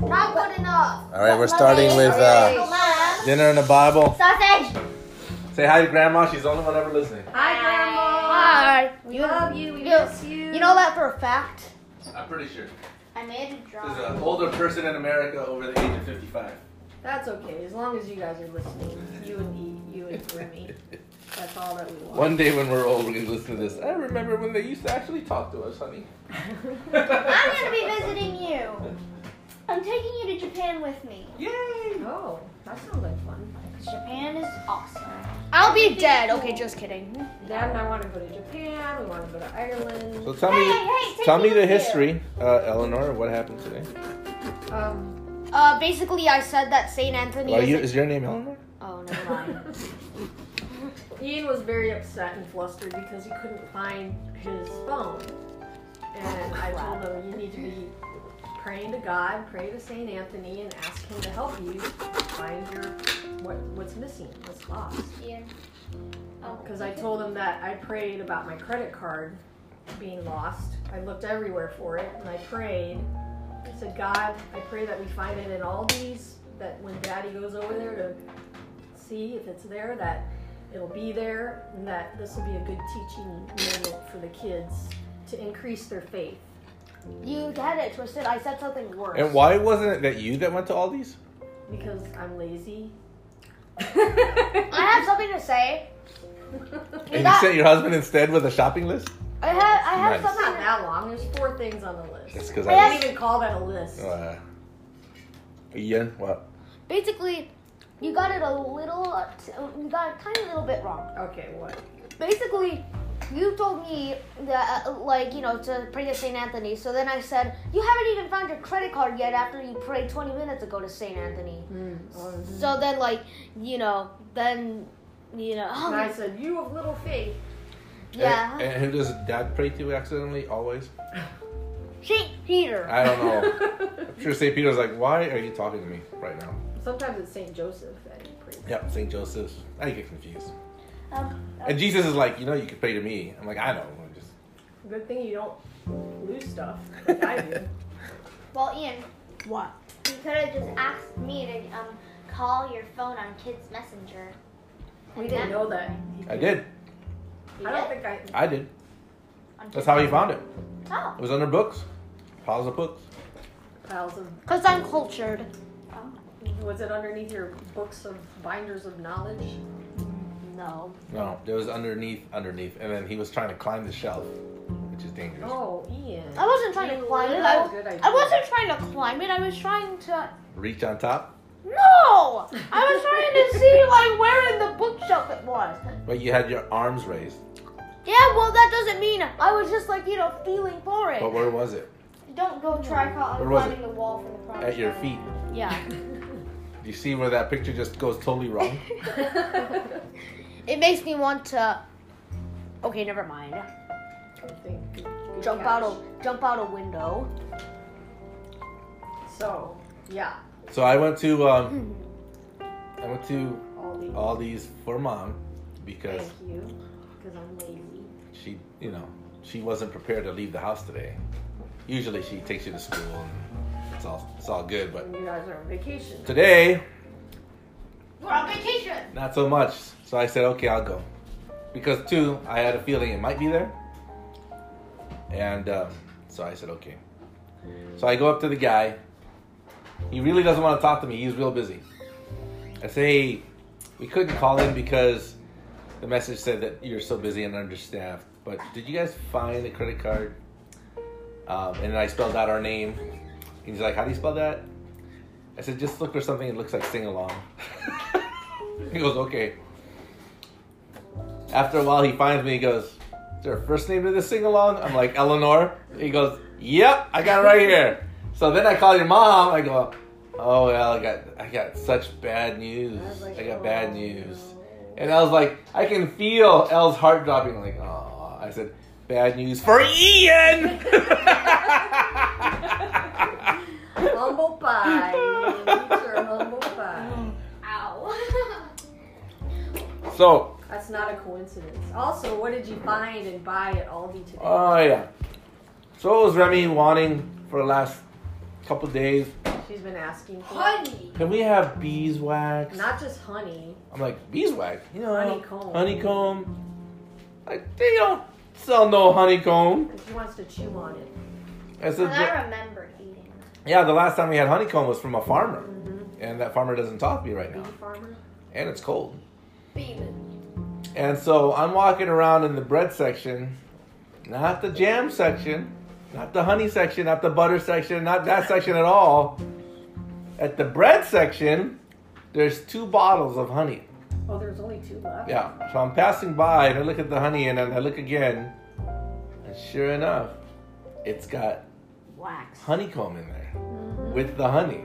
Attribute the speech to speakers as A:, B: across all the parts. A: Not good enough.
B: All right, we're starting with uh,
A: Mom.
B: dinner and the Bible.
A: Sausage.
B: Say hi to Grandma. She's the only one ever listening.
C: Hi, Grandma.
A: Alright.
C: We love you. We
A: You-
C: miss you.
A: You know that for a fact?
B: I'm pretty sure
A: I made a
B: there's
A: drawing.
B: an older person in America over the age of 55.
C: That's okay, as long as you guys are listening. You and me, you and Remy. That's all that we want.
B: One day when we're old, we can listen to this. I remember when they used to actually talk to us, honey.
A: I'm gonna be visiting you. I'm taking you to Japan with me.
B: Yay!
C: oh, that sounds like fun.
A: Japan is awesome. I'll be dead. Okay, just kidding.
C: Dad and I want to go to Japan. We want to go to Ireland.
B: So tell
A: Hey,
B: me,
A: hey, take
B: tell me
A: with
B: the
A: you.
B: history, uh, Eleanor. What happened today?
C: Um,
A: Uh, basically, I said that Saint Anthony.
B: Are
A: is
B: you, is your name Eleanor?
A: Oh, never mind.
C: Ian was very upset and flustered because he couldn't find his phone. And I told him, you need to be praying to God, pray to Saint Anthony, and ask him to help you find your what what's missing, what's lost.
A: Yeah. Oh,
C: Because I told him that I prayed about my credit card being lost. I looked everywhere for it and I prayed. I said, God, I pray that we find it in all these, that when daddy goes over there to see if it's there, that it'll be there, and that this will be a good teaching manual for the kids to increase their faith.
A: you had it twisted. I said something worse.
B: And why wasn't it that you that went to all these?
C: Because I'm lazy.
A: I have something to say.
B: And you
A: That-
B: sent your husband instead with a shopping list?
A: I have. I have
B: Nice.
C: It's not
A: something.
C: that long. There's four things on the list.
B: That's because
A: Yes.
C: I
B: I.
C: don't even call that a list.
B: Uh, Ian, what?
A: Basically, you got it a little. You got a tiny little bit wrong.
C: Okay, what?
A: basically you told me that uh, like you know to pray to saint anthony so then i said you haven't even found your credit card yet after you prayed 20 minutes ago to saint anthony
C: Mm-hmm. Mm.
A: so then like you know then you know oh,
C: And I said, You of little faith.
A: yeah
B: And, and who does dad pray to accidentally always?
A: saint peter
B: I don't know. I'm sure St. Peter's like, why are you talking to me right now?
C: Sometimes it's Saint Joseph that he prays.
B: Yep, St. Joseph's. I get confused.
A: um,
B: And Jesus is like, you know, you could pray to me. I'm like, I know. I'm just.
C: Good thing you don't lose stuff like I do.
D: Well, Ian,
A: what
D: you could have just asked me to um, call your phone on Kids Messenger.
C: We didn't know that.
B: I did.
C: I don't think I.
B: I did.
D: On
B: That's
D: Kids-
B: how he found it.
D: Oh.
B: It was under books, piles of books.
C: Piles of.
A: because i'm cultured
C: Was it underneath your books of binders of knowledge?
A: no
B: No, it was underneath, underneath, and then he was trying to climb the shelf, which is dangerous.
C: Oh, Ian.
A: i wasn't trying to
C: You
A: climb it
C: little
A: I,
C: good idea.
A: I wasn't trying to climb it i was trying to
B: Reach on top,
A: no i was trying to see like where in the bookshelf it was
B: but you had your arms raised.
A: Yeah, well, that doesn't mean I was just like, you know, feeling for it.
B: But where was it?
D: Don't go try call-
B: Where was
D: climbing the wall for the promise.
B: At your feet.
A: Yeah.
B: You see where that picture just goes totally wrong?
A: It makes me want to. Okay, never mind.
C: Something. Good- good
A: Jump out
C: catch.
A: a jump out a window.
C: So, yeah.
B: So I went to
A: Mm-hmm.
B: um, I went to
C: All these.
B: all these for mom because
C: Thank you. Because I'm lazy.
B: she, you know, she wasn't prepared to leave the house today. Usually she takes you to school and it's all it's all good, but
C: And you guys are on vacation.
B: today
D: We're on vacation.
B: not so much. So I said, okay, I'll go because two, I had a feeling it might be there, and um, so I said, okay. So I go up to the guy. He really doesn't want to talk to me. He's real busy. I say, hey, we couldn't call in because the message said that you're so busy and understaffed. But did you guys find the credit card? Um, and I spelled out our name. He's like, how do you spell that? I said, just look for something that looks like sing along. he goes, okay. After a while, he finds me. He goes, is there a first name to this sing along? I'm like, Eleanor. He goes, yep, I got it right here. So then I call your mom. I go, oh, well, I got, I got such bad news.
C: was like,
B: I got
C: "Oh,
B: bad news.
C: no."
B: And I was like, I can feel Elle's heart dropping. Like, oh, I said, bad news for Ian.
C: humble pie. These are humble pie.
D: Ow.
B: so,
C: That's not a coincidence. Also, what did you find and buy at Aldi today?
B: Uh, oh yeah. So what was Remy wanting for the last couple days?
C: She's been asking for it.
E: Honey.
B: Can we have beeswax?
C: not just honey.
B: I'm like, beeswax? You know,
C: Honeycomb.
B: Honeycomb. Like, they don't sell no honeycomb.
C: She wants to chew on it.
B: I said,
D: And I remember eating
B: yeah, the last time we had honeycomb was from a farmer.
C: Mm-hmm.
B: And that farmer doesn't talk to me right
C: Bee
B: now.
C: farmer.
B: And it's cold.
E: Beeman.
B: And so I'm walking around in the bread section, not the jam section, not the honey section, not the butter section, not that section at all. At the bread section, there's two bottles of honey.
C: Oh, there's only two left.
B: Yeah. So I'm passing by and I look at the honey and then I look again. And sure enough, it's got
A: Wax.
B: honeycomb in there with the honey.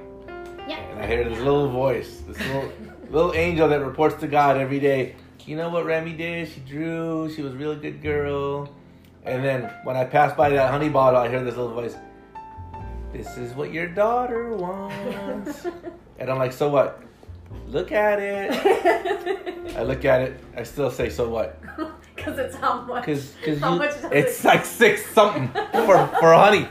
D: Yeah.
B: And I hear this little voice, this little little angel that reports to God every day. You know what Remy did? She drew. She was a really good girl. And then when I pass by that honey bottle, I hear this little voice. This is what your daughter wants. and I'm like, so what? Look at it. I look at it. I still say, so what?
C: Because it's how much.
B: Cause, cause
C: how
B: you-
C: much does
B: it's
C: it?
B: like six something for, for honey.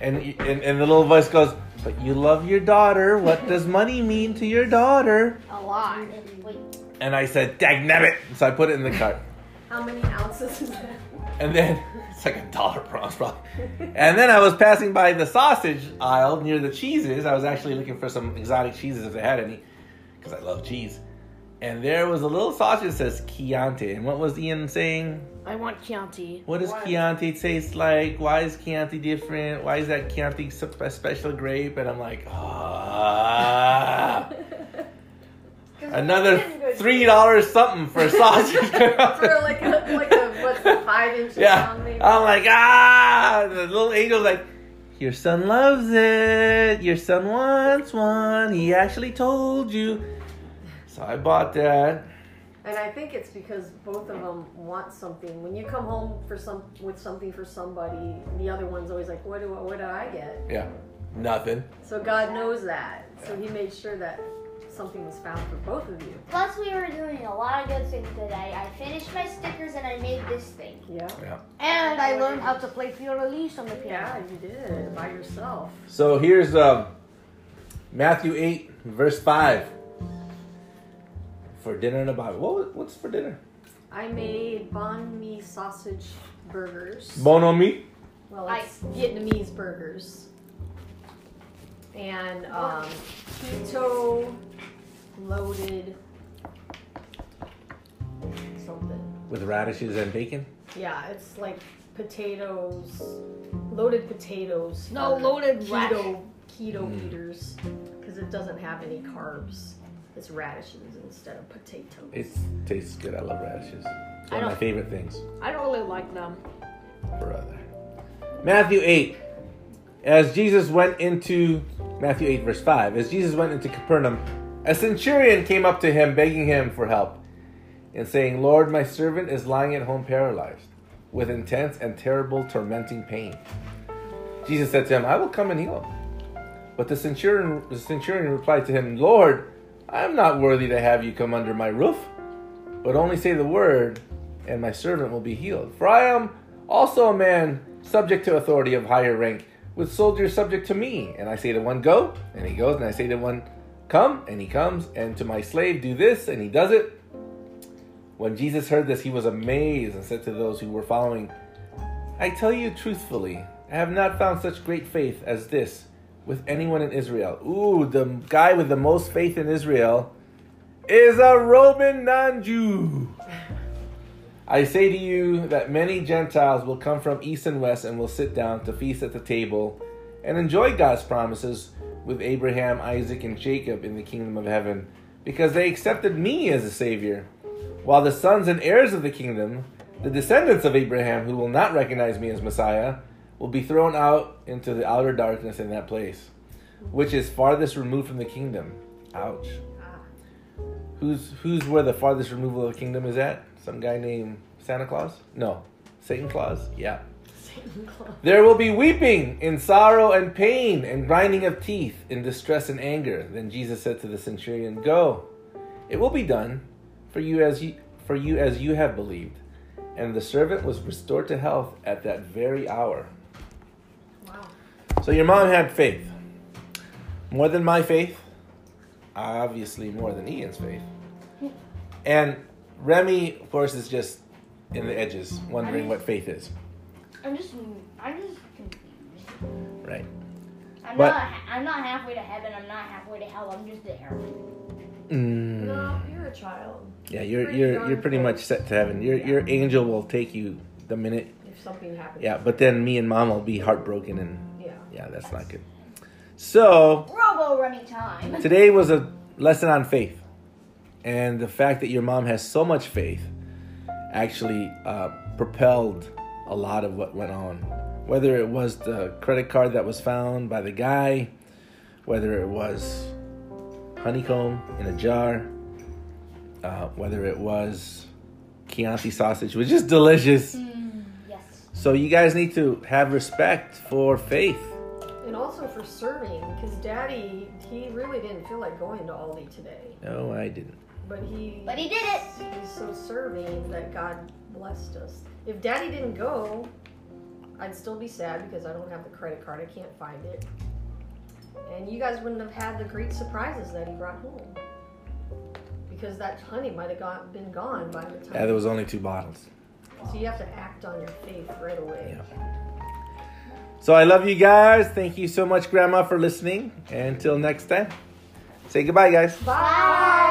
B: And, y- and and the little voice goes, but you love your daughter. What does money mean to your daughter?
D: a lot. Wait,
B: And I said, dagnabbit. So I put it in the cart.
C: How many ounces is that?
B: And then it's like a dollar bronze probably. And then I was passing by the sausage aisle near the cheeses. I was actually looking for some exotic cheeses if they had any, because I love cheese. And there was a little sausage that says Chianti. And what was Ian saying?
A: I want Chianti.
B: What does
C: Why?
B: Chianti taste like? Why is Chianti different? Why is that Chianti s- a special grape? And I'm like, ah. Another three dollars something for a sausage.
C: For like a, like a what's the five inches
B: yeah. Um,
C: long maybe?
B: I'm like, ah. The little angel's like, your son loves it. Your son wants one. He actually told you. So I bought that.
C: And I think it's because both of them want something. When you come home for some with something for somebody, the other one's always like, "What do I, what did I get?"
B: Yeah. Nothing.
C: So God knows that. So He made sure that something was found for both of you.
D: Plus, we were doing a lot of good things today. I finished my stickers and I made this thing.
C: Yeah.
A: And I learned how to play Fiorelise on the piano.
C: Yeah, you did by yourself.
B: So here's um, Matthew 8, verse 5. For dinner and a Bible. What, was- what's for dinner?
C: I made banh mi sausage burgers.
B: Bono meat.
C: well,
D: I-
C: it's Vietnamese burgers. And um, keto loaded something.
B: With radishes and bacon.
C: Yeah, it's like potatoes, loaded potatoes.
A: No,
C: for
A: loaded
C: keto
A: radish.
C: keto
B: Mm.
C: eaters because it doesn't have any carbs. It's radishes instead of potatoes.
B: It tastes good. I love radishes. It's
A: I
B: one of my
A: don't-
B: favorite things.
A: I don't really like them.
B: Brother. Matthew 8. As Jesus went into Matthew 8, verse 5, as Jesus went into Capernaum, a centurion came up to him, begging him for help, and saying, Lord, my servant is lying at home paralyzed, with intense and terrible tormenting pain. Jesus said to him, I will come and heal him. But the centurion, the centurion replied to him, Lord, I am not worthy to have you come under my roof, but only say the word, and my servant will be healed. For I am also a man subject to authority of higher rank, with soldiers subject to me. And I say to one, Go, and he goes, and I say to one, Come, and he comes, and to my slave, Do this, and he does it. When Jesus heard this, he was amazed and said to those who were following, I tell you truthfully, I have not found such great faith as this with anyone in Israel. Ooh, the guy with the most faith in Israel is a Roman non Jew. I say to you that many Gentiles will come from east and west and will sit down to feast at the table and enjoy God's promises with Abraham, Isaac, and Jacob in the kingdom of heaven because they accepted me as a savior. While the sons and heirs of the kingdom, the descendants of Abraham who will not recognize me as Messiah, will be thrown out into the outer darkness in that place, which is farthest removed from the kingdom. Ouch.
C: Ah.
B: Who's who's where the farthest removal of the kingdom is at? Some guy named Santa Claus? No. Satan Claus? Yeah.
C: Satan Claus.
B: There will be weeping in sorrow and pain and grinding of teeth in distress and anger. Then Jesus said to the centurion, "Go. It will be done for you as you for you as you have believed." And the servant was restored to health at that very hour.
C: Wow.
B: So your mom had faith. More than my faith, obviously more than Ian's faith. And Remy, of course, is just in the edges, wondering what faith is.
D: I'm just, I'm just confused.
B: Right.
D: I'm
B: But-
D: not, I'm not halfway to heaven. I'm not halfway to hell. I'm just there.
C: No,
B: Mm.
C: you're a child.
B: Yeah, you're
C: Pretty
B: you're
C: darn
B: you're pretty much
C: close.
B: set to heaven. Your your angel will take you the minute.
C: If something happens.
B: Yeah, but then me and mom will be heartbroken, and
C: Yeah.
B: yeah, that's not good. So
D: Robo running time.
B: today was a lesson on faith, and the fact that your mom has so much faith actually uh, propelled a lot of what went on. Whether it was the credit card that was found by the guy, whether it was honeycomb in a jar, uh, whether it was Chianti sausage, which is delicious.
D: Yes.
B: So you guys need to have respect for faith.
C: And also for serving, because Daddy, he really didn't feel like going to Aldi today,
B: No, I didn't.
C: but he
D: But he did it.
C: he's so serving that God blessed us. If Daddy didn't go, I'd still be sad because I don't have the credit card. I can't find it. And you guys wouldn't have had the great surprises that he brought home. Because that honey might have got, been gone by the
B: Yeah,
C: time.
B: there was only two bottles.
C: so you have to act on your faith right away.
B: So I love you guys. Thank you so much, Grandma, for listening. And until next time, say goodbye, guys.
C: Bye.